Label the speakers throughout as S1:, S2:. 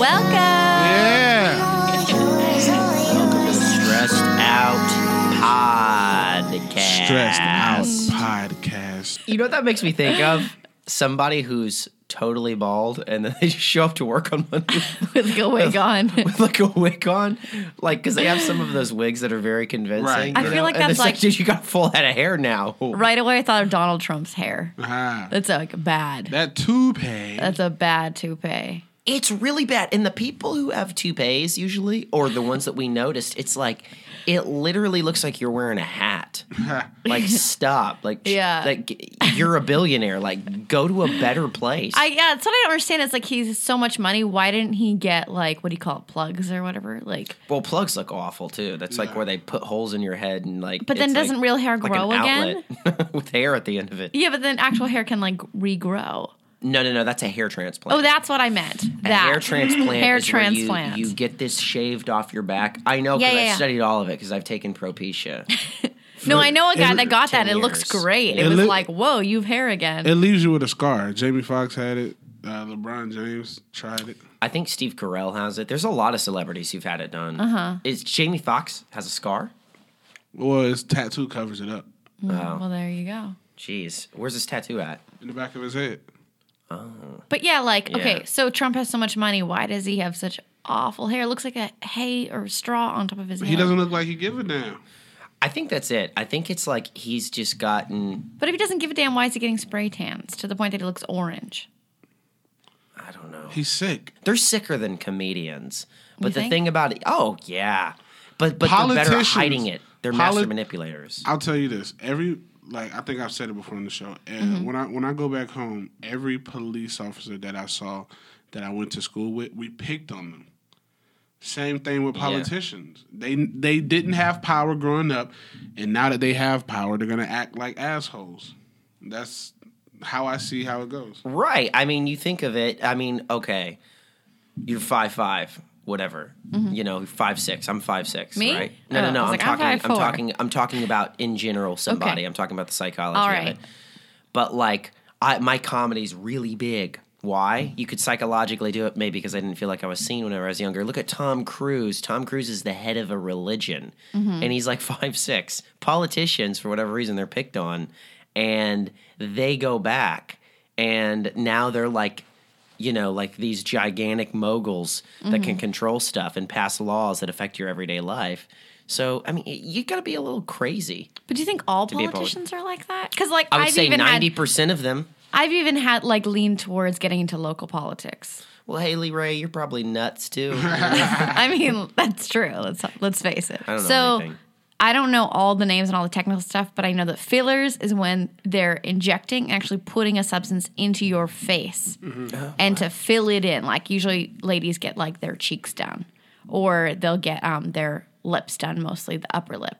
S1: Welcome.
S2: Yeah.
S3: Welcome to Stressed Out Podcast.
S2: Stressed out podcast.
S3: You know what that makes me think of? Somebody who's totally bald and then they just show up to work on Monday
S1: With your wig on.
S3: with like a wig on. Like, because they have some of those wigs that are very convincing.
S2: Right.
S3: you
S2: I feel
S3: know?
S1: like
S3: and
S1: that's
S3: it's like,
S1: like-
S3: dude, you got a full head of hair now.
S1: right away, I thought of Donald Trump's hair.
S2: Ah,
S1: That's like bad.
S2: that toupee.
S1: That's a bad toupee.
S3: It's really bad. And the people who have toupees usually, or the ones that we noticed, it's like it literally looks like you're wearing a hat. like stop. Like
S1: Yeah.
S3: Like you're a billionaire. Like go to a better place.
S1: I yeah, that's what I don't understand. It's like he's so much money. Why didn't he get like what do you call it, plugs or whatever? Like,
S3: well, plugs look awful too. That's like where they put holes in your head and like.
S1: But then
S3: it's
S1: doesn't real hair
S3: like an
S1: grow again?
S3: outlet with hair at the end of it?
S1: yeah, but then actual hair can like regrow.
S3: No, no, no. That's a hair transplant.
S1: Oh, that's what I meant.
S3: A
S1: That
S3: hair transplant.
S1: Hair
S3: is where you-
S1: transplant.
S3: You, get this shaved off your back. I know because
S1: Yeah, yeah,
S3: I've
S1: yeah.
S3: studied all of it because I've taken Propecia.
S1: no, I know a guy
S2: It-
S1: that got that.
S3: 10
S1: It looks
S3: years.
S1: great. It,
S2: It
S1: was
S2: look-
S1: like, whoa, you've hair again.
S2: It leaves you with a scar. Jamie Foxx had it. Uh, LeBron James tried it.
S3: I think Steve Carell has it. There's a lot of celebrities who've had it done. Uh
S1: Uh-huh.
S3: huh. Is Jamie Foxx has a scar?
S2: Well, his tattoo covers it up
S1: well, there you go.
S3: Jeez, where's his tattoo at?
S2: in the back of his head.
S1: But yeah, like okay,
S3: Yeah.
S1: so Trump has so much money. Why does he have such awful hair? It looks like a hay or straw on top of his
S2: He
S1: head.
S2: doesn't look like he give a damn.
S3: I think that's it. I think it's like he's just gotten.
S1: But if he doesn't give a damn, why is he getting spray tans to the point that he looks orange?
S3: I don't know.
S2: He's sick.
S3: They're sicker than comedians. But the
S1: think?
S3: thing about it, oh yeah, but but they're better at
S2: Politicians.
S3: hiding it. They're master
S2: Poli-
S3: manipulators.
S2: I'll tell you this. Every like I think I've said it before on the show. Uh,
S1: Mm-hmm.
S2: When I when I go back home, every police officer that I saw that I went to school with, we picked on them. Same thing with politicians. They they didn't have power growing up, and now that they have power, they're gonna act like assholes. That's how I see how it goes.
S3: Right. I mean, you think of it. I mean, okay, you're five five, whatever. You know, five six. I'm five six.
S1: Mm-hmm. Me?
S3: Right? No,
S1: Oh,
S3: no, no.
S1: I was
S3: I'm
S1: like, I'm
S3: talking. I'm,
S1: 5'4".
S3: talking. I'm talking about in general somebody. I'm talking about the psychology
S1: All
S3: of
S1: right.
S3: it. But like, I my comedy's really big. Why? You could psychologically do it maybe because I didn't feel like I was seen whenever I was younger. Look at Tom Cruise. Tom Cruise is the head of a religion,
S1: Mm-hmm.
S3: and he's like five six. Politicians, for whatever reason, they're picked on, and they go back, and now they're like you know, like these gigantic moguls that
S1: Mm-hmm.
S3: can control stuff and pass laws that affect your everyday life. So, I mean, y- you got to be a little crazy.
S1: But do you think all
S3: be a polit-
S1: politicians are like that? Because like
S3: I would
S1: I've
S3: say
S1: even
S3: ninety
S1: had,
S3: percent of them.
S1: I've even had like leaned towards getting into local politics.
S3: Well, Haley Ray, you're probably nuts too.
S1: I mean, that's true. Let's let's face it.
S3: don't know
S1: so
S3: anything.
S1: I don't know all the names and all the technical stuff, but I know that fillers is when they're injecting, actually putting a substance into your face,
S3: Mm-hmm. Oh,
S1: and to fill it in. Like usually, ladies get like their cheeks done, or they'll get um, their lips done, mostly the upper lip.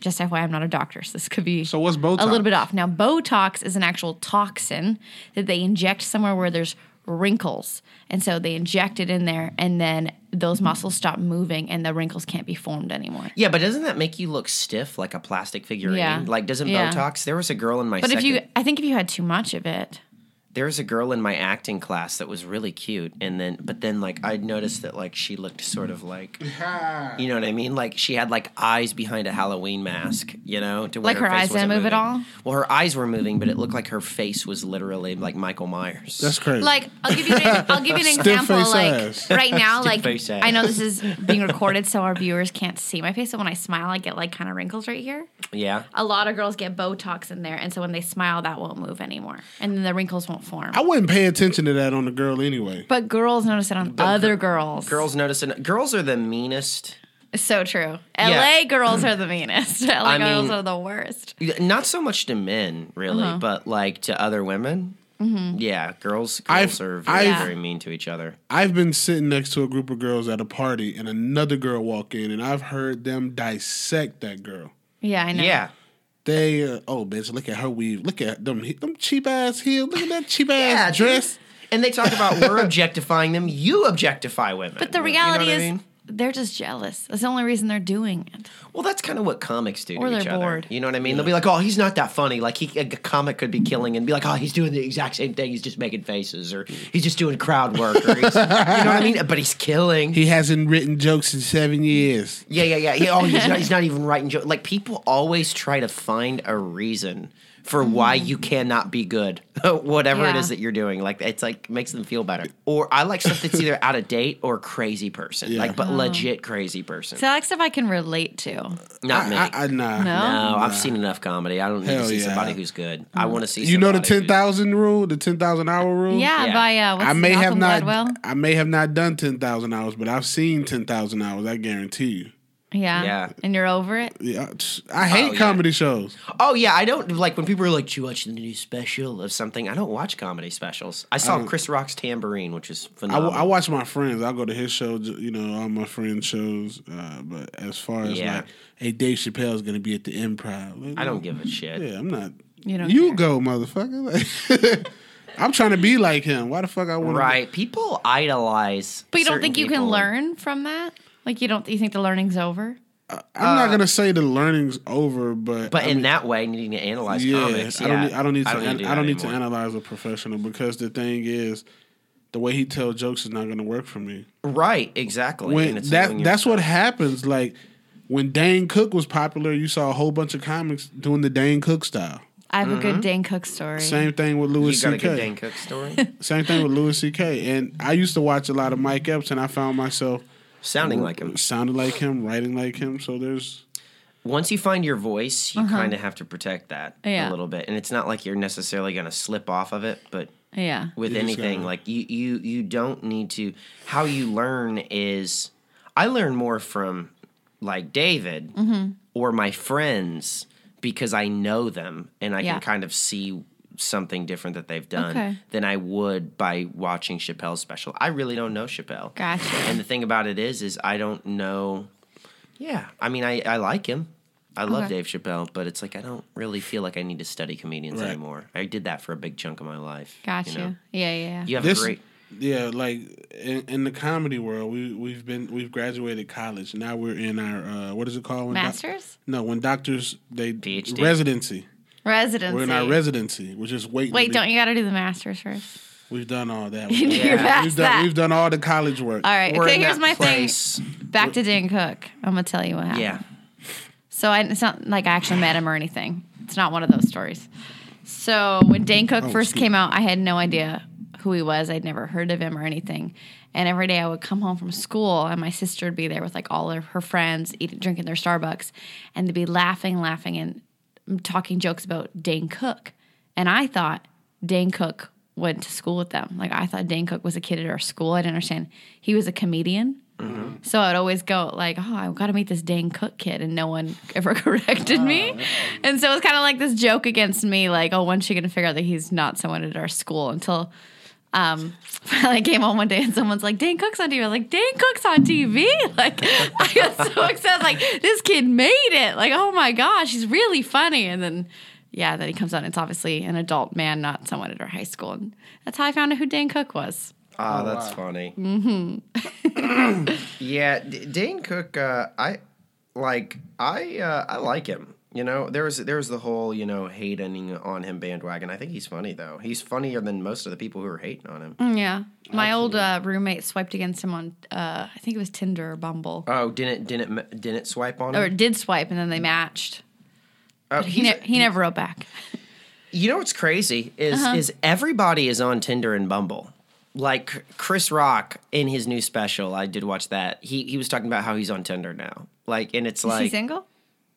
S1: Just FYI, I'm not a doctor, so this could be
S2: So what's Botox?
S1: a little bit off. Now, Botox is an actual toxin that they inject somewhere where there's wrinkles. And so they inject it in there, and then those muscles stop moving, and the wrinkles can't be formed anymore.
S3: yeah, but doesn't that make you look stiff like a plastic figurine?
S1: Yeah.
S3: Like, doesn't
S1: Yeah.
S3: Botox? There was a girl in my.
S1: But if you,
S3: second-
S1: I think if you had too much of it,
S3: there was a girl in my acting class that was really cute, and then but then like I noticed that like she looked sort of like. You know what I mean? Like she had like eyes behind a Halloween mask, you know, to where
S1: Like her
S3: face
S1: eyes
S3: wasn't
S1: didn't move at
S3: moving.
S1: all?
S3: Well, her eyes were moving, but it looked like her face was literally like Michael Myers.
S2: That's crazy.
S1: like I'll give you, an, I'll give you an example.
S2: face
S1: Like
S2: ass.
S1: right now, like
S3: face ass.
S1: I know this is being recorded, so our viewers can't see my face. So when I smile, I get like kind of wrinkles right here.
S3: yeah.
S1: A lot of girls get Botox in there, and so when they smile, that won't move anymore, and then the wrinkles won't form.
S2: I wouldn't pay attention to that on the girl anyway.
S1: But girls notice it on other girls.
S3: Girls notice it. Girls are the meanest.
S1: So true. LA
S3: Yeah.
S1: girls are the meanest. LA
S3: I
S1: girls
S3: mean-
S1: are the worst.
S3: Not so much to men, really,
S1: Uh-huh.
S3: but like to other women.
S1: Mm-hmm.
S3: Yeah, girls girls
S2: I've-
S3: are very,
S2: I've-
S3: very mean to each other.
S2: I've been sitting next to a group of girls at a party, and another girl walk in, and I've heard them dissect that girl.
S1: Yeah, I know.
S3: Yeah.
S2: They uh, oh bitch, look at her weave, look at them he- them cheap ass heels, look at that cheap ass
S3: Yeah,
S2: dress.
S3: And they talk about we're objectifying them. You objectify women.
S1: But the reality
S3: you know
S1: is,
S3: what I mean?
S1: they're just jealous. That's the only reason they're doing it.
S3: Well, that's kind of what comics do to
S1: Or they're
S3: each other.
S1: bored.
S3: You know what I mean? They'll be like, "Oh, he's not that funny." Like he, a comic could be killing and be like, "Oh, he's doing the exact same thing. He's just making faces, or he's just doing crowd work." Or he's, you know what I mean? But he's killing.
S2: He hasn't written jokes in seven years.
S3: yeah, yeah, yeah. He, oh, he's not, he's not even writing jokes. Like people always try to find a reason for why you cannot be good, whatever it
S1: Mm. Yeah.
S3: is that you're doing. Like it's like makes them feel better. Or I like stuff that's either out of date or crazy person, like but legit crazy person.
S1: Oh. So I like stuff I can relate to.
S3: not me.
S2: I, I,
S1: No?
S2: nah.
S3: No, I've seen enough comedy. I don't need to
S2: Hell
S3: see
S2: yeah.
S3: somebody who's good. I want to see.
S2: You know the
S3: somebody
S2: ten thousand rule, the ten thousand hour rule.
S1: Yeah,
S3: Yeah.
S1: by uh, what's
S2: I may have
S1: Malcolm
S2: not.
S1: Gladwell?
S2: I may have not done ten thousand hours, but I've seen ten thousand hours. I guarantee you.
S1: Yeah.
S3: Yeah.
S1: and you're over it.
S2: Yeah, I tch, I hate
S3: Oh, yeah.
S2: comedy shows.
S3: who's- Oh yeah, I don't like when people are like, "Do you watch the new special of something?" I don't watch comedy specials. I saw Chris Rock's Tambourine, which
S2: I,
S3: is
S2: w-
S3: phenomenal.
S2: I watch my friends. I go to his show, j- you know, all my friends' shows. Uh, but as far as
S3: Yeah.
S2: like, hey, Dave Chappelle's gonna be at the Improv. Like,
S3: I don't give a shit.
S2: Yeah, I'm not.
S1: You
S2: You,
S1: don't care.
S2: go, motherfucker. Like, I'm trying to be like him. Why the fuck I want
S3: Right? People idolize,
S1: But you don't
S3: certain
S1: think you
S3: people.
S1: can learn from that? Like you don't you think the learning's over?
S2: I'm not gonna say the learning's over, but
S3: Uh, But
S2: I
S3: in
S2: mean,
S3: that way, needing to analyze
S2: yeah,
S3: comics,
S2: I don't.
S3: yeah.
S2: Need, I don't need to. I don't,
S3: do
S2: I
S3: that
S2: don't need to
S3: anymore.
S2: analyze a professional because the thing is, the way he tells jokes is not gonna work for me.
S3: Right? Exactly.
S2: when
S3: And it's
S2: that
S3: doing
S2: that's
S3: your-
S2: what happens. Like when Dane Cook was popular, you saw a whole bunch of comics doing the Dane Cook style.
S1: I have a
S3: Mm-hmm.
S1: good Dan Cook story.
S2: Same thing with Louis
S3: you got a
S2: C.K.
S3: good Dan Cook story.
S2: Same thing with Louis C.K. And I used to watch a lot of Mike Epps, and I found myself
S3: Sounding like him.
S2: sounding like him, writing like him. So there's
S3: once you find your voice, you kind of have to protect that
S1: Uh-huh. Yeah.
S3: a little bit, and it's not like you're necessarily going to slip off of it. But
S1: Yeah.
S3: with
S2: You just
S3: anything,
S2: gotta-
S3: like you, you, you don't need to. How you learn is, I learn more from like David
S1: Mm-hmm.
S3: or my friends because I know them and I
S1: Yeah.
S3: can kind of see something different that they've done
S1: Okay.
S3: than I would by watching Chappelle's special. I really don't know Chappelle.
S1: Gotcha.
S3: And the thing about it is, is I don't know. Yeah, I mean, I, I like him. I love
S1: Okay.
S3: Dave Chappelle, but it's like I don't really feel like I need to study comedians
S2: Right.
S3: anymore. I did that for a big chunk of my life. you
S1: Gotcha.
S3: know?
S1: Yeah, yeah,
S3: You
S1: yeah.
S3: have
S2: this.
S3: a great.
S2: Yeah, like in, in the comedy world, we we've been we've graduated college. Now we're in our uh, what is it called? When doc-
S1: Masters?
S2: no, when doctors they
S3: PhD.
S2: residency.
S1: Residency.
S2: We're in our residency. We're just waiting. to
S1: Wait,
S2: be-
S1: don't you got to do the masters first?
S2: We've done all that.
S1: You
S2: We've
S1: do
S2: done-
S1: past
S2: we've,
S1: that.
S2: done, we've done all the college work.
S1: All right.
S3: we're
S1: okay,
S3: in
S1: here's
S3: that
S1: my
S3: place.
S1: thing. Back to Dan Cook. I'm gonna tell you what happened.
S3: Yeah,
S1: So I, it's not like I actually met him or anything. It's not one of those stories. So when Dan Cook
S3: Oh,
S1: first
S2: excuse
S1: came out, I had no idea who he was. I'd never heard of him or anything. And every day I would come home from school, and my sister would be there with like all of her friends, eating, drinking their Starbucks, and they'd be laughing, laughing, and talking jokes about Dane Cook. And I thought Dane Cook went to school with them. Like I thought Dane Cook was a kid at our school. I didn't understand he was a comedian. So I'd always go like, "Oh, I've got to meet this Dane Cook kid," and no one ever corrected me. And so it was kind of like this joke against me, like, "Oh, when's she gonna figure out that he's not someone at our school?" Until um, finally I came home one day and someone's like, "Dane Cook's on TV." I was like, "Dane Cook's on TV!" Like I got so excited, like this kid made it. Like, oh my gosh, he's really funny. And then. Yeah, then he comes on. It's obviously an adult man, not someone at our high school. And that's how I found out who Dane Cook was.
S3: ah, that's funny. Mm-hmm.
S1: Mm-hmm.
S3: yeah, D- Dane Cook. Uh, I like. I uh, I like him. You know, there was there was the whole you know hating on him bandwagon. I think he's funny though. He's funnier than most of the people who are hating on him.
S1: Yeah. My old uh, roommate swiped against him on, uh, I think it was Tinder or Bumble.
S3: Oh, didn't didn't didn't swipe on
S1: or
S3: him.
S1: did swipe and then they matched.
S3: Oh,
S1: He,
S3: he's-
S1: ne- he never wrote back.
S3: you know what's crazy is
S1: Uh-huh.
S3: is everybody is on Tinder and Bumble. Like Chris Rock in his new special, I did watch that. He he was talking about how he's on Tinder now. Like, and it's
S1: Is he
S3: like,
S1: single?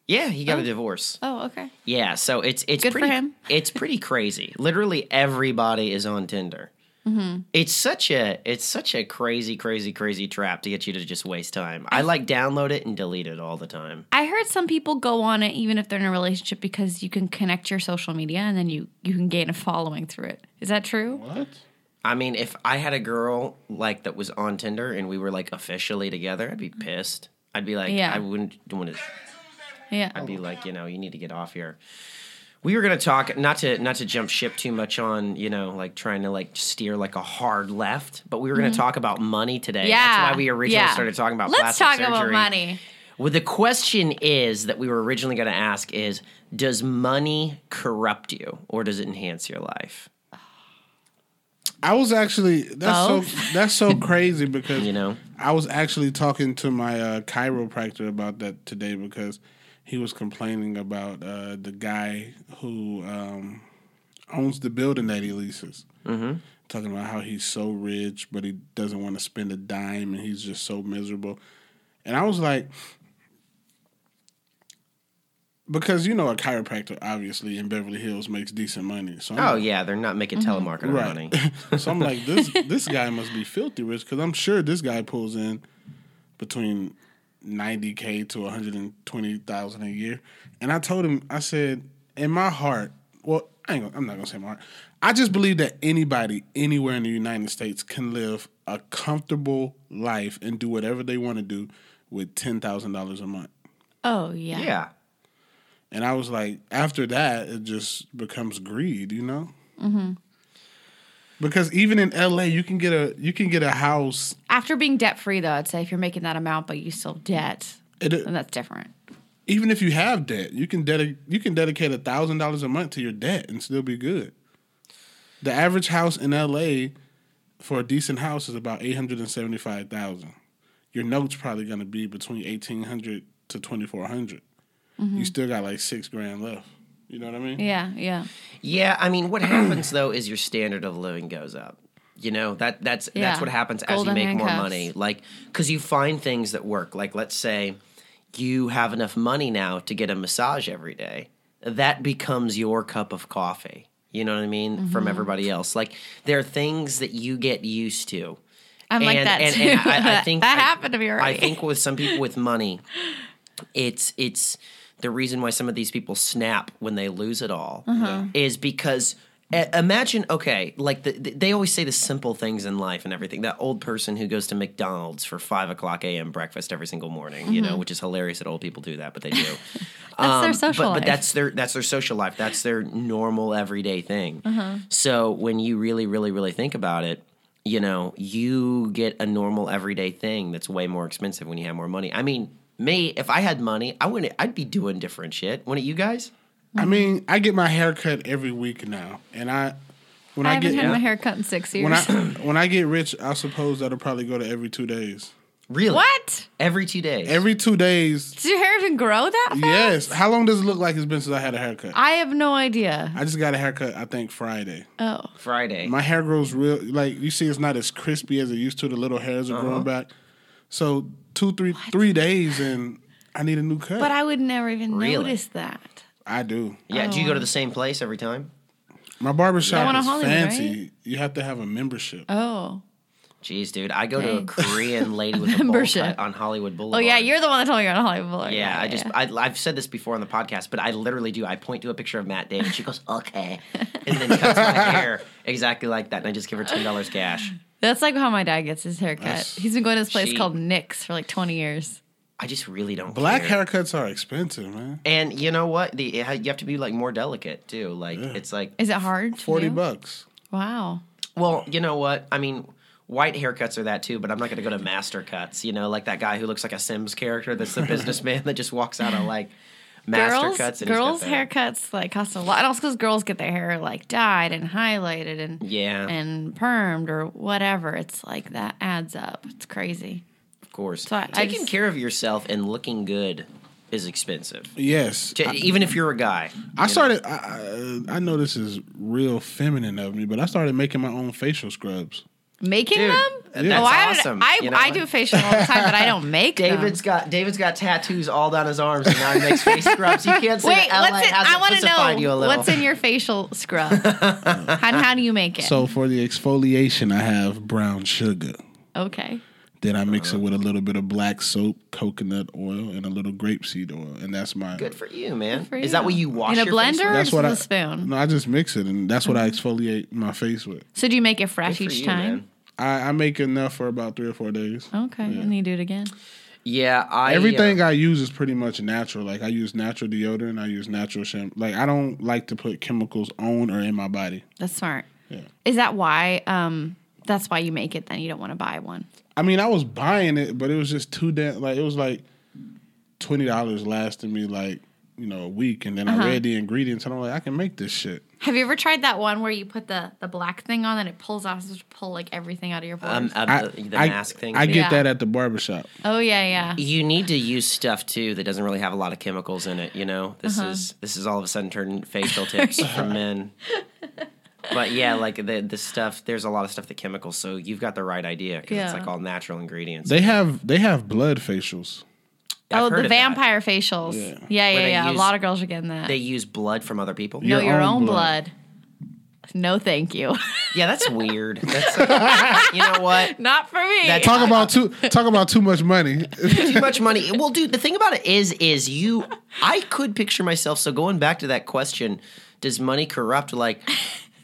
S3: yeah, he got a divorce.
S1: Oh, okay.
S3: Yeah, so it's it's
S1: Good for
S3: pretty
S1: him.
S3: it's pretty crazy. Literally everybody is on Tinder.
S1: Mm-hmm.
S3: It's such a it's such a crazy crazy crazy trap to get you to just waste time. I like download it and delete it all the time.
S1: I heard some people go on it even if they're in a relationship because you can connect your social media and then you, you can gain a following through it. Is that true?
S2: What?
S3: I mean, if I had a girl like that was on Tinder and we were like officially together, I'd be pissed. I'd be like,
S1: Mm-hmm. Yeah.
S3: I wouldn't want to
S1: Yeah.
S3: be like, you know, you need to get off here. we were going to talk not to not to jump ship too much on you know like trying to like steer like a hard left, but we were going to talk about money today. that's why we originally
S1: Mm-hmm. yeah.
S3: started talking about.
S1: Let's
S3: plastic
S1: talk about
S3: surgery.
S1: money.
S3: Well, the question is that we were originally going to ask is does money corrupt you or does it enhance your life?
S2: I was actually that's
S1: Both.
S2: so that's so crazy because
S3: You know?
S1: Mm-hmm.
S2: I was actually talking to my uh, chiropractor about that today because he was complaining about uh, the guy who um, owns the building that he leases. Mm-hmm. Talking about how he's so rich, but he doesn't want to spend a dime, and he's just so miserable. And I was like, because you know a chiropractor obviously in Beverly Hills makes decent money. So I'm
S3: Oh yeah, they're not making
S1: Mm-hmm.
S3: telemarketer money.
S2: so I'm like, this this guy must be filthy rich because I'm sure this guy pulls in between ninety k to one hundred and twenty thousand a year. And I told him, I said, in my heart, well, I ain't gonna, I'm not gonna say my heart. I just believe that anybody anywhere in the United States can live a comfortable life and do whatever they want to do with ten thousand dollars a month.
S1: Oh yeah.
S3: Yeah.
S2: And I was like, after that, it just becomes greed, you know. Mm-hmm. Because even in LA, you can get a you can get a house.
S1: After being debt free though, I'd say if you're making that amount but you still have debt, then
S2: It,
S1: that's different.
S2: even if you have debt, you can dedic- you can dedicate a thousand dollars a month to your debt and still be good. The average house in LA for a decent house is about eight hundred and seventy five thousand. Your note's probably going to be between eighteen hundred to twenty You still got like six grand left. You know what I mean?
S1: Yeah, yeah.
S3: Yeah, I mean what happens though is your standard of living goes up. You know, that that's
S1: Yeah.
S3: that's what happens
S1: Golden
S3: as you make more
S1: handcuffs.
S3: money. Like cuz you find things that work. Like let's say you have enough money now to get a massage every day. That becomes your cup of coffee. You know what I mean?
S1: Mm-hmm.
S3: From everybody else. Like there are things that you get used to.
S1: I'm like
S3: And-
S1: that
S3: and-
S1: too.
S3: and I- I think
S1: that
S3: I-
S1: happened to me already.
S3: I think with some people with money, it's it's the reason why some of these people snap when they lose it all
S1: Uh-huh.
S3: is because uh, imagine okay like the, the, they always say the simple things in life and everything that old person who goes to mcdonald's for 5 o'clock am breakfast every single morning you
S1: Mm-hmm.
S3: know which is hilarious that old people do that but they do
S1: That's their
S3: Um,
S1: social
S3: but,
S1: life.
S3: but that's their that's their social life that's their normal everyday thing
S1: Mm-hmm.
S3: so when you really really really think about it you know you get a normal everyday thing that's way more expensive when you have more money i mean me if i had money i wouldn't i'd be doing different shit wouldn't you guys
S1: Mm-hmm.
S2: I mean, I get my hair cut every week now, and I when
S1: I
S2: I,
S1: haven't
S2: get
S1: had my hair cut in six years.
S2: when I when I get rich, I suppose that'll probably go to every two days.
S3: really
S1: what?
S3: every two days
S2: Every two days,
S1: Does your hair even grow that fast?
S2: yes. How long does it look like it's been since I had a haircut?
S1: I have no idea.
S2: I just got a haircut. I think Friday.
S1: Oh.
S3: friday
S2: My hair grows real like you see. It's not as crispy as it used to. The little hairs are growing back. So two, three, three days, and I need a new cut.
S1: But I would never even
S3: Really?
S1: notice that.
S2: I do.
S3: yeah do you
S1: Oh.
S3: go to the same place every time
S2: My barber shop
S1: Going to
S2: is
S1: Hollywood,
S2: fancy. You have to have a membership.
S1: Oh.
S3: Jeez, dude, I go to a
S1: Dang.
S3: Korean lady with a bowl
S1: Membership.
S3: cut on Hollywood
S1: Oh
S3: Boulevard.
S1: yeah, you're the one that told me you're on Hollywood Boulevard.
S3: Yeah, I just I, I've said this before on the podcast, but I literally do. I point to a picture of Matt Damon. She goes, "Okay," and then cuts my hair exactly like that, and I just give her ten dollars cash.
S1: That's like how my dad gets his haircut.
S2: That's-
S1: He's been going to this place
S3: She-
S1: called Nick's for like 20 years.
S3: I just really don't
S2: Black
S3: care.
S2: haircuts are expensive, man.
S3: And you know what? The you have to be like more delicate too. Like it's like
S1: Is it hard? to
S2: Forty
S1: do?
S2: bucks.
S1: Wow.
S3: well, you know what? I mean. White haircuts are that too, but I'm not going to go to master cuts. You know, like that guy who looks like a Sims character. That's the businessman that just walks out of like master
S1: girls,
S3: cuts. And he's got
S1: girls
S3: that-
S1: haircuts like cost a lot. And also because girls get their hair like dyed and highlighted and
S3: Yeah.
S1: and permed or whatever. It's like that adds up. It's crazy.
S3: Of course.
S1: So I- I
S3: Taking
S1: just-
S3: care of yourself and looking good is expensive.
S2: Yes,
S1: Uh,
S3: J- even if you're a guy.
S2: I started. I, I I know this is real feminine of me, but I started making my own facial scrubs.
S1: Making
S3: Dude,
S1: them?
S3: that's
S1: I would-
S3: awesome.
S1: I,
S3: You know
S1: I
S3: what?
S1: do facial all the time, but I don't make
S3: David's
S1: them.
S3: got David's got tattoos all down his arms and now he makes face scrubs. You can't say
S1: Wait,
S3: that LA
S1: what's in,
S3: hasn't
S1: I want
S3: pussified
S1: to
S3: you a
S1: know
S3: little.
S1: what's in your facial scrub? how, how do you make it?
S2: So for the exfoliation, I have brown sugar.
S1: okay.
S2: Then I mix it
S3: Uh-huh.
S2: with a little bit of black soap, coconut oil, and a little grapeseed oil, and that's my.
S3: Good for you, man.
S1: for
S3: Is that
S1: you.
S3: what you wash
S1: In a
S3: your face
S1: blender?
S3: with?
S2: That's what
S1: Or
S2: I
S1: just with a spoon?
S2: No, I just mix it, and that's what I
S3: Mm-hmm.
S2: exfoliate my face with.
S1: So do you make it fresh
S3: Good for
S1: each
S3: you,
S1: time?
S3: man.
S2: I, I make enough for about three or four days.
S1: Okay, and then you do it again.
S3: Oh, Yeah, I
S2: Everything
S3: uh,
S2: I use is pretty much natural. Like I use natural deodorant, I use natural shampoo. Like I don't like to put chemicals on or in my body.
S1: That's smart. Is that why? Um, that's why you make it. Then you don't want to buy one.
S2: I mean, I was buying it, but it was just too damn. Like it was like twenty dollars lasting me like you know a week, and then I read the ingredients, and I'm like, I can make this shit.
S1: Have you ever tried that one where you put the the black thing on and it pulls out? It's supposed to pull like everything out of your pores.
S3: um, uh,
S2: I,
S3: the
S2: I-
S3: mask thing.
S2: I get
S1: Yeah.
S2: that at the barbershop.
S1: oh yeah, yeah.
S3: you need to use stuff too that doesn't really have a lot of chemicals in it. You know, this
S1: Uh-huh.
S3: is this is all of a sudden turning facial tips for men. But yeah, like the the stuff. There's a lot of stuff that chemicals. So you've got the right idea because
S1: Yeah.
S3: it's like all natural ingredients.
S2: They have they have blood facials.
S1: oh,
S3: I've heard
S1: the
S3: of that.
S1: vampire facials. Yeah, yeah,
S3: Where
S1: yeah.
S3: they
S1: A
S3: use-
S1: lot of girls are getting that.
S3: They use blood from other people.
S1: no,
S2: Your
S1: your
S2: own
S1: own
S2: blood.
S1: blood. No, thank you.
S3: Yeah, that's weird. That's you know what?
S1: Not for me.
S3: That's-
S2: Talk about too talk about too much money.
S3: Too much money. Well, dude, the thing about it is, is you. I could picture myself. So going back to that question, does money corrupt? Like,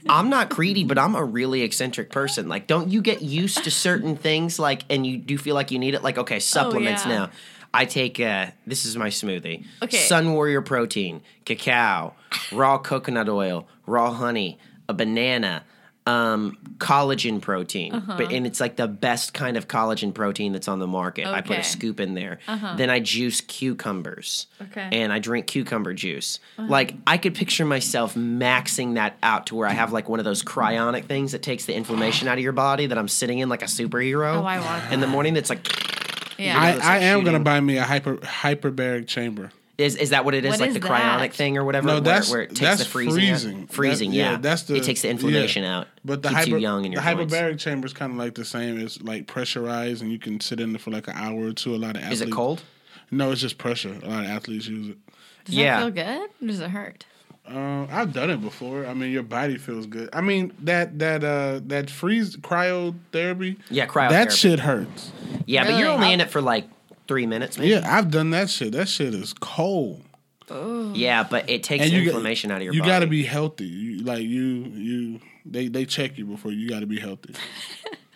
S3: I'm not greedy, but I'm a really eccentric person. Like, don't you get used to certain things? Like, and you do feel like you need it. Like, okay, supplements
S1: Oh, yeah.
S3: now. I take uh, this is my smoothie.
S1: Okay.
S3: Sun Warrior protein, cacao, raw coconut oil, raw honey, a banana, um, collagen protein.
S1: Uh-huh.
S3: But and it's like the best kind of collagen protein that's on the market. I put
S1: Okay.
S3: a scoop in there. Then I juice cucumbers.
S1: Uh-huh. Okay. Uh-huh.
S3: And I drink cucumber juice. Like I could picture myself maxing that out to where I have like one of those cryonic things that takes the inflammation out of your body that I'm sitting in like a superhero.
S1: Oh, I want
S3: in the morning that's like
S1: yeah.
S2: I,
S3: it's
S2: I
S3: like
S2: am gonna
S3: shooting.
S2: buy me a hyper hyperbaric chamber.
S3: Is is that what it is?
S1: What
S3: like
S1: is
S3: the
S1: that?
S3: cryonic thing or whatever?
S2: No,
S3: where-
S2: that's-
S3: where, it takes
S2: that's
S3: the freezing. out?
S2: freezing. That-
S3: Freezing,
S2: yeah,
S3: yeah.
S2: that's the-
S3: it takes the
S2: yeah.
S3: inflammation out.
S2: But the
S3: keeps
S2: hyper
S3: you young in
S2: the
S3: your joints.
S2: hyperbaric chamber is kind of like the same. It's like pressurized, and you can sit in it for like an hour or two. A lot of athletes.
S3: Is it cold?
S2: No, it's just pressure. A lot of athletes use it.
S1: Does
S3: yeah.
S1: that feel good? Or does it hurt?
S2: Um, I've done it before. I mean, your body feels good. I mean that that uh that freeze cryotherapy.
S3: Yeah, cryotherapy.
S2: That shit hurts.
S3: Yeah, but you're
S1: Really?
S3: only in it for like three minutes, maybe.
S2: Yeah, I've done that shit. That shit is cold.
S3: Yeah, but it takes
S2: got-
S3: inflammation out of your
S2: you
S3: body.
S2: gotta be healthy. You, like you you they they check you before you gotta be healthy.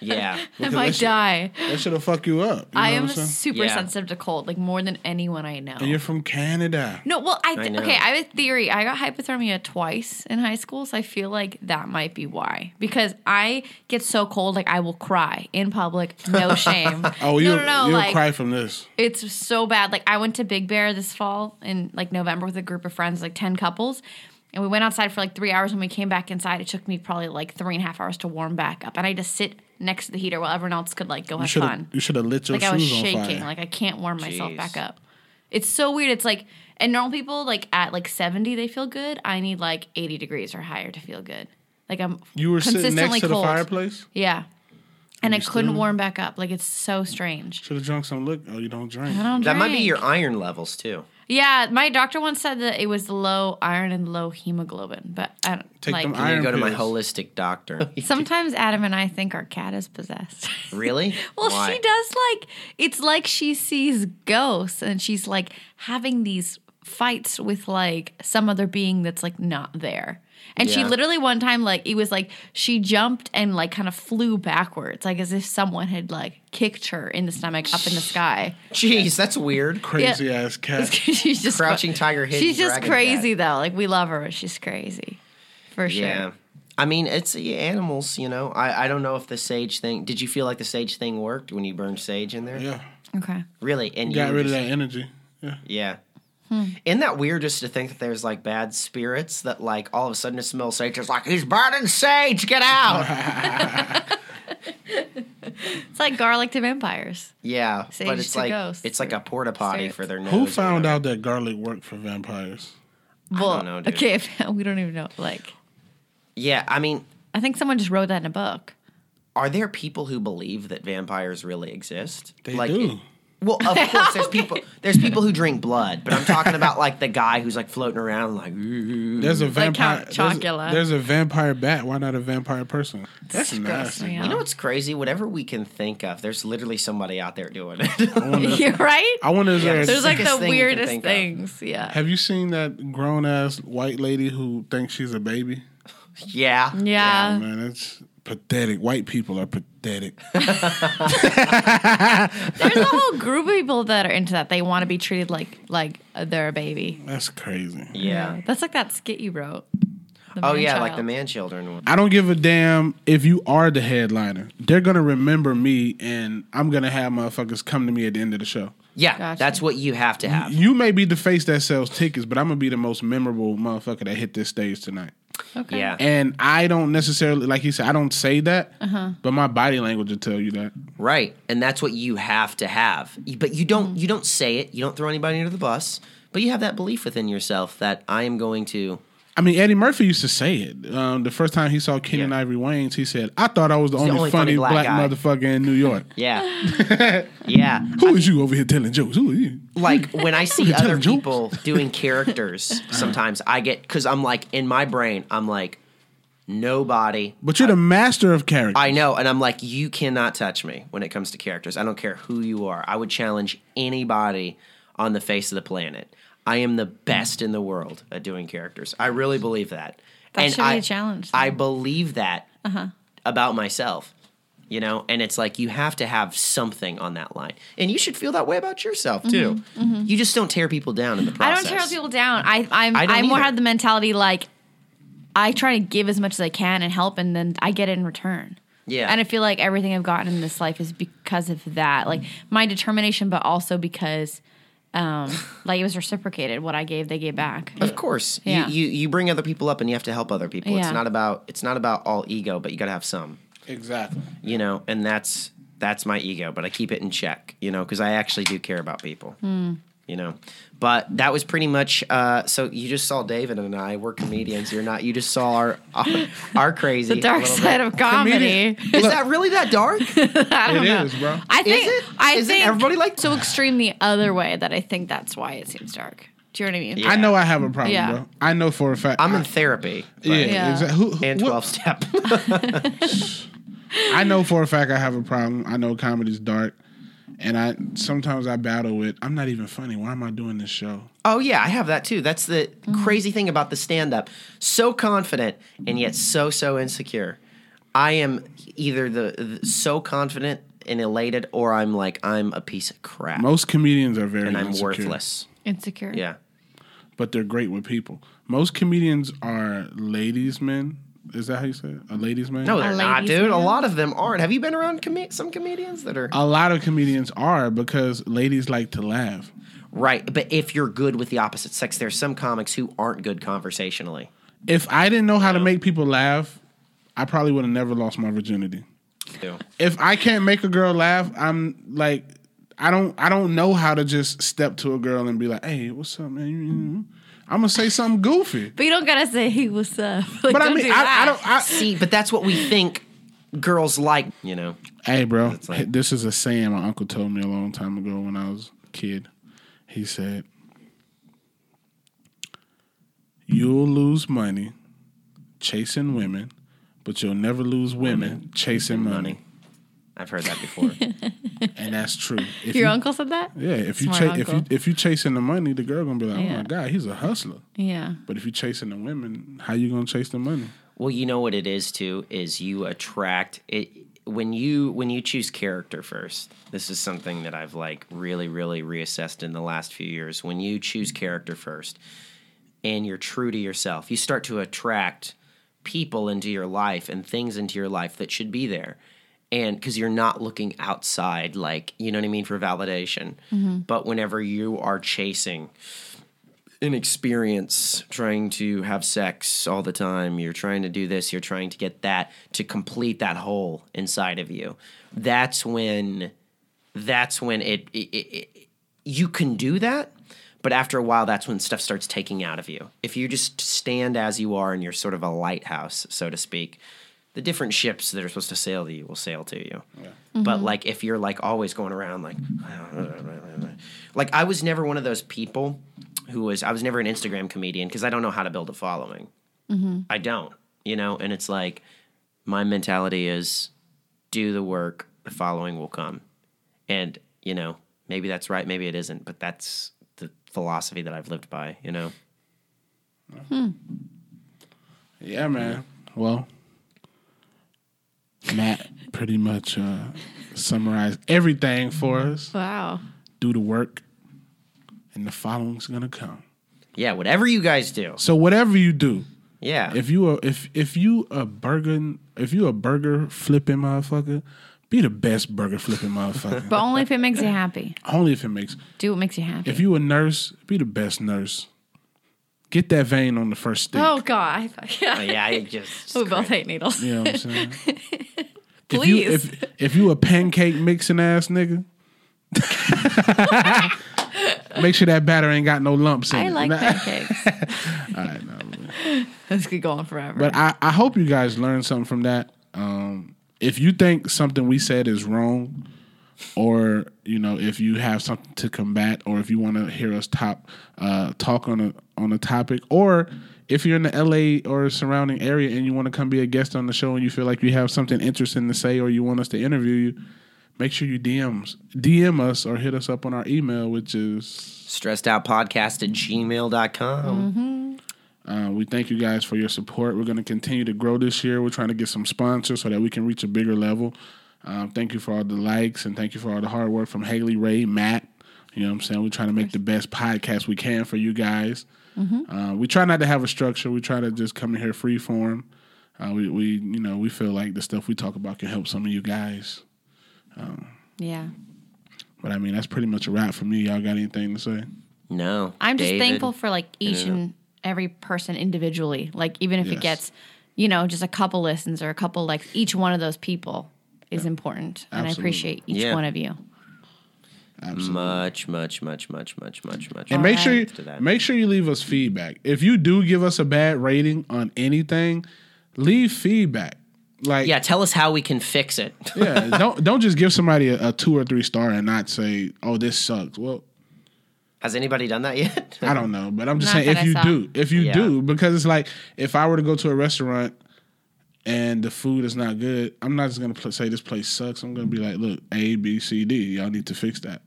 S3: Yeah.
S1: I
S2: Because
S1: might
S2: that shit-
S1: die.
S2: That shit'll fuck you up. You
S1: I
S2: know
S1: am
S2: what I'm saying?
S1: super
S3: Yeah.
S1: sensitive to cold, like more than anyone I know.
S2: And you're from Canada.
S1: No, well, I, th-
S3: I know.
S1: okay. I have a theory. I got hypothermia twice in high school, so I feel like that might be why. Because I get so cold, like I will cry in public, no shame.
S2: Oh, you
S1: no,
S2: will
S1: no, no,
S2: you'll
S1: like
S2: cry from this.
S1: it's so bad. Like I went to Big Bear this fall in like November with a group of friends, like ten couples, and we went outside for like three hours. When we came back inside, it took me probably like three and a half hours to warm back up, and I had to sit next to the heater while everyone else could like go
S2: You
S1: have
S2: should
S1: fun
S2: have you should have lit your
S1: like I was
S2: shoes on
S1: shaking.
S2: fire.
S1: Like I can't warm myself
S3: Jeez.
S1: back up. It's so weird. It's like and normal people like at like 70 they feel good. I need like 80 degrees or higher to feel good. Like I'm
S2: you were sitting next
S1: consistently
S2: to the
S1: cold.
S2: fireplace.
S1: Yeah. And I couldn't
S2: still-
S1: warm back up. Like it's so strange.
S2: Should have drunk some liquor. Oh, you don't drink.
S1: I don't
S3: that might be
S1: drink.
S3: your iron levels too.
S1: Yeah, my doctor once said that it was low iron and low hemoglobin, but I don't
S2: Take
S1: like
S2: them
S3: You
S2: iron
S3: go to my
S2: pills.
S3: holistic doctor.
S1: sometimes Adam and I think our cat is possessed.
S3: really?
S1: Well,
S3: Why?
S1: she does like it's like she sees ghosts and she's like having these fights with like some other being that's like not there. And she
S3: Yeah.
S1: literally one time like it was like she jumped and like kind of flew backwards like as if someone had like kicked her in the stomach up in the sky.
S3: Jeez, that's weird.
S2: Crazy ass cat.
S1: she's just
S3: Crouching tiger, hidden
S1: She's just
S3: dragon
S1: crazy though. Like we love her, but she's crazy. For sure.
S3: Yeah. I mean, it's yeah, animals, you know. I, I don't know if the sage thing. Did you feel like the sage thing worked when you burned sage in there?
S2: Yeah.
S1: Okay.
S3: Really? And you
S2: Got
S3: were
S2: rid of
S3: just-
S2: that energy. Yeah.
S3: Yeah.
S1: Hmm.
S3: Isn't that weird just to think that there's like bad spirits that like all of a sudden it smells sage? It's like, he's burning sage, get out.
S1: It's like garlic to vampires.
S3: yeah.
S1: Sage
S3: but it's
S1: to
S3: like
S1: ghosts
S3: it's like a porta potty for their nose.
S2: Who
S3: or
S2: found
S3: whatever.
S2: out that garlic worked for vampires?
S1: Well,
S3: know, dude.
S1: okay, we don't even know. Like,
S3: Yeah, I mean,
S1: I think someone just wrote that in a book.
S3: are there people who believe that vampires really exist?
S2: They do.
S3: Well, of course, there's people. There's people who drink blood, but I'm talking about like the guy who's like floating around, like. "Ooh."
S2: There's a
S1: Like
S2: vampire.
S1: Count
S2: there's-
S1: Chocula.
S2: There's, a vampire bat. Why not a vampire person? That's
S1: gross
S2: nasty.
S1: me
S3: You know
S1: out.
S3: what's crazy? Whatever we can think of, there's literally somebody out there doing it.
S1: You're right.
S2: I wonder. If there's,
S1: There's like the
S3: sickest thing you can
S1: weirdest
S3: think of.
S1: things. Yeah.
S2: have you seen that grown ass white lady who thinks she's a baby?
S3: yeah.
S1: Yeah.
S2: Man, that's pathetic. White people are pathetic.
S1: There's a whole group of people that are into that. They want to be treated like like uh, they're a baby.
S2: That's crazy.
S3: Yeah.
S1: That's like that skit you wrote. The
S3: Oh yeah, like
S1: man-child.
S3: the man children. one.
S2: I don't give a damn if you are the headliner. They're gonna remember me, and I'm gonna have motherfuckers come to me at the end of the show.
S3: Yeah,
S1: Gotcha.
S3: that's what you have to have.
S2: You may be the face that sells tickets, but I'm gonna be the most memorable motherfucker that hit this stage tonight.
S1: Okay.
S3: Yeah.
S2: And I don't necessarily, like he said, I don't say that, but my body language will tell you that.
S3: Right. And that's what you have to have. But you
S1: Mm-hmm.
S3: don't you don't say it, you don't throw anybody under the bus, but you have that belief within yourself that I am going to
S2: I mean, Eddie Murphy used to say it. Um, the first time he saw Ken and
S3: Yeah.
S2: Ivory Wayans, he said, "I thought I was the, only, funny, black,
S3: guy."
S2: motherfucker in New York.
S3: Yeah. yeah.
S2: Who is you over here telling jokes? Who are you?"
S3: Like when I see
S2: telling
S3: other
S2: jokes.
S3: people doing characters, sometimes I get cuz I'm like in my brain, I'm like nobody
S2: But you're the master of character.
S3: I know, and I'm like, you cannot touch me when it comes to characters. I don't care who you are. I would challenge anybody on the face of the planet. I am the best in the world at doing characters. I really believe that.
S1: That should be
S3: I-
S1: a challenge, Uh-huh.
S3: I believe that about myself, you know. And it's like you have to have something on that line, and you should feel that way about yourself too. You just don't tear people down in the
S1: Mm-hmm, I
S3: process.
S1: don't tear people down. I I'm
S3: I
S1: I
S3: don't
S1: am more
S3: either.
S1: have the mentality like I try to give as much as I can and help, and then I get it in return.
S3: Yeah.
S1: And I feel like everything I've gotten in this life is because of that, like my determination, but also because, um, like it was reciprocated. What I gave, they gave back.
S3: Of course,
S1: Yeah.
S3: you, you you bring other people up, and you have to help other people.
S1: Yeah.
S3: It's not about it's not about all ego, but you got to have some.
S2: exactly.
S3: you know and that's that's my ego but i keep it in check you know because i actually do care about people
S1: Hmm.
S3: you know but that was pretty much uh, so you just saw david and i we're comedians you're not you just saw our our, our crazy
S1: The dark
S3: little
S1: side of comedy.
S3: bit. is that really that dark
S2: It is, bro.
S1: I think
S3: it?
S1: I
S3: Isn't
S1: think
S3: everybody like-
S1: so extreme the other way that I think that's why it seems dark. Do you know what I mean?
S2: I know I have a problem,
S1: Yeah.
S2: bro. I know for a fact.
S3: i'm in
S2: I-
S3: therapy but-
S2: yeah,
S1: Yeah.
S2: exactly. Who, who-
S3: and
S2: what-
S3: 12 step
S2: I know for a fact I have a problem. I know comedy's dark, and I sometimes I battle with. I'm not even funny. Why am I doing this show?
S3: oh yeah i have that too that's the crazy thing about the stand-up so confident and yet so so insecure i am either the, the so confident and elated or i'm like i'm a piece of crap
S2: Most comedians are very
S3: and I'm
S2: insecure,
S3: worthless.
S1: Insecure.
S3: Yeah.
S2: but they're great with people. Most comedians are ladies' men. Is that how you say it? A ladies' man?
S3: No, they're not,
S1: ladies
S3: dude. A
S1: man?
S3: lot of them aren't. Have you been around com- some comedians that are
S2: a lot of comedians are because ladies like to laugh.
S3: right? But if you're good with the opposite sex, there's some comics who aren't good conversationally.
S2: If I didn't know how to make people laugh, I probably would have never lost my virginity.
S3: Too.
S2: if I can't make a girl laugh, I'm like, I don't, I don't know how to just step to a girl and be like, "Hey, what's up, man?" You- I'm gonna say something goofy,
S1: But you don't gotta say, "Hey, what's up?" Like,
S2: but I
S1: don't
S2: mean,
S1: do
S2: I, I
S1: that.
S2: don't. I,
S3: See, but that's what we think girls like. You know,
S2: hey, bro,
S3: like-
S2: this is a saying my uncle told me a long time ago when I was a kid. He said, "You'll lose money chasing women, but you'll never lose women chasing money,",
S3: I've heard that before.
S2: and that's true. If
S1: Your
S2: you-
S1: uncle said that.
S2: Yeah, if you
S1: Smart
S2: cha- if you
S1: uncle.
S2: if you chasing the money, the girl gonna be like, "Oh
S1: Yeah.
S2: my god, he's a hustler."
S1: Yeah.
S2: But if you chasing the women, how you gonna chase the money?
S3: Well, you know what it is too is you attract it when you when you choose character first. This is something that I've like really really reassessed in the last few years. When you choose character first and you're true to yourself, you start to attract people into your life and things into your life that should be there. And cuz you're not looking outside like, you know what I mean, for validation. But whenever you are chasing an experience trying to have sex all the time. You're trying to do this, you're trying to get that to complete that hole inside of you. That's when that's when it, it, it, it you can do that, but after a while that's when stuff starts taking out of you. If you just stand as you are and you're sort of a lighthouse, so to speak, the different ships that are supposed to sail to you will sail to you. But like if you're like always going around like like I was never one of those people who was I was never an Instagram comedian because I don't know how to build a following. I don't, you know, and it's like my mentality is do the work, the following will come. And, you know, maybe that's right, maybe it isn't, but that's the philosophy that I've lived by, you know.
S2: Yeah, man. Well, Matt pretty much uh, summarized everything for us.
S1: Wow.
S2: Do the work, and the following's gonna come.
S3: Yeah, whatever you guys do.
S2: So whatever you do,
S3: Yeah.
S2: if you a if if you a burger if you a burger flipping motherfucker, be the best burger flipping motherfucker.
S1: But only if it makes you happy.
S2: Only if it makes.
S1: Do what makes you happy.
S2: If you a nurse, be the best nurse. Get that vein on the first stick.
S1: oh God. I thought-
S3: Oh, yeah, I just.
S1: we both hate needles.
S2: You know what I'm saying?
S1: Please.
S2: If you, if, if you a pancake mixing ass nigga, make sure that batter ain't got no lumps in
S1: I
S2: it.
S1: like
S2: Nah,
S1: pancakes.
S2: I know.
S1: this could go on forever.
S2: But I, I hope you guys learned something from that. Um, if you think something we said is wrong, or you know, if you have something to combat, or if you want to hear us top uh, talk on a on a topic, or if you're in the LA or surrounding area and you want to come be a guest on the show and you feel like you have something interesting to say, or you want us to interview you, make sure you DMs DM us or hit us up on our email, which is
S3: Stressed out podcast at gmail.com.
S2: Uh, we thank you guys for your support. We're going to continue to grow this year. We're trying to get some sponsors so that we can reach a bigger level. Um, thank you for all the likes and thank you for all the hard work from Haley, Ray, Matt. You know what I'm saying? We're trying to make the best podcast we can for you guys. Uh, we try not to have a structure. We try to just come in here free form. Uh, we, we, you know, we feel like the stuff we talk about can help some of you guys.
S1: yeah.
S2: But I mean, that's pretty much a wrap for me. Y'all got anything to say?
S3: No.
S1: Mm-hmm. I'm just
S3: David.
S1: thankful for like each and every person individually. Like even if
S2: Yes.
S1: it gets, you know, just a couple listens or a couple like each one of those people is important. And I
S2: Absolutely.
S1: appreciate each
S3: Yeah.
S1: one of you.
S3: Much, much, much, much, much, much, much.
S2: And
S1: All
S2: make sure you,
S1: right.
S3: Oh, To that.
S2: make sure you leave us feedback. If you do give us a bad rating on anything, leave feedback. Like
S3: yeah, tell us how we can fix it.
S2: yeah, don't don't just give somebody a, a two or three star and not say, "Oh, this sucks." Well,
S3: Has anybody done that yet?
S2: I don't know, but I'm just
S1: Not
S2: saying if
S1: that I
S2: you
S1: saw.
S2: do, if you
S3: Yeah.
S2: do, because it's like if I were to go to a restaurant and the food is not good, I'm not just gonna pl- say this place sucks. I'm gonna be like, "Look, A, B, C, D, y'all need to fix that."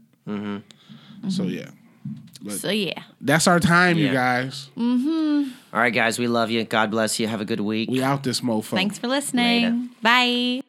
S2: So yeah,
S1: So yeah.
S2: that's our time, you
S3: Mm-hmm. Yeah.
S2: guys.
S3: All right, guys, we love you. God bless you. Have a good week.
S2: We out this mofo.
S1: Thanks for listening. Bye.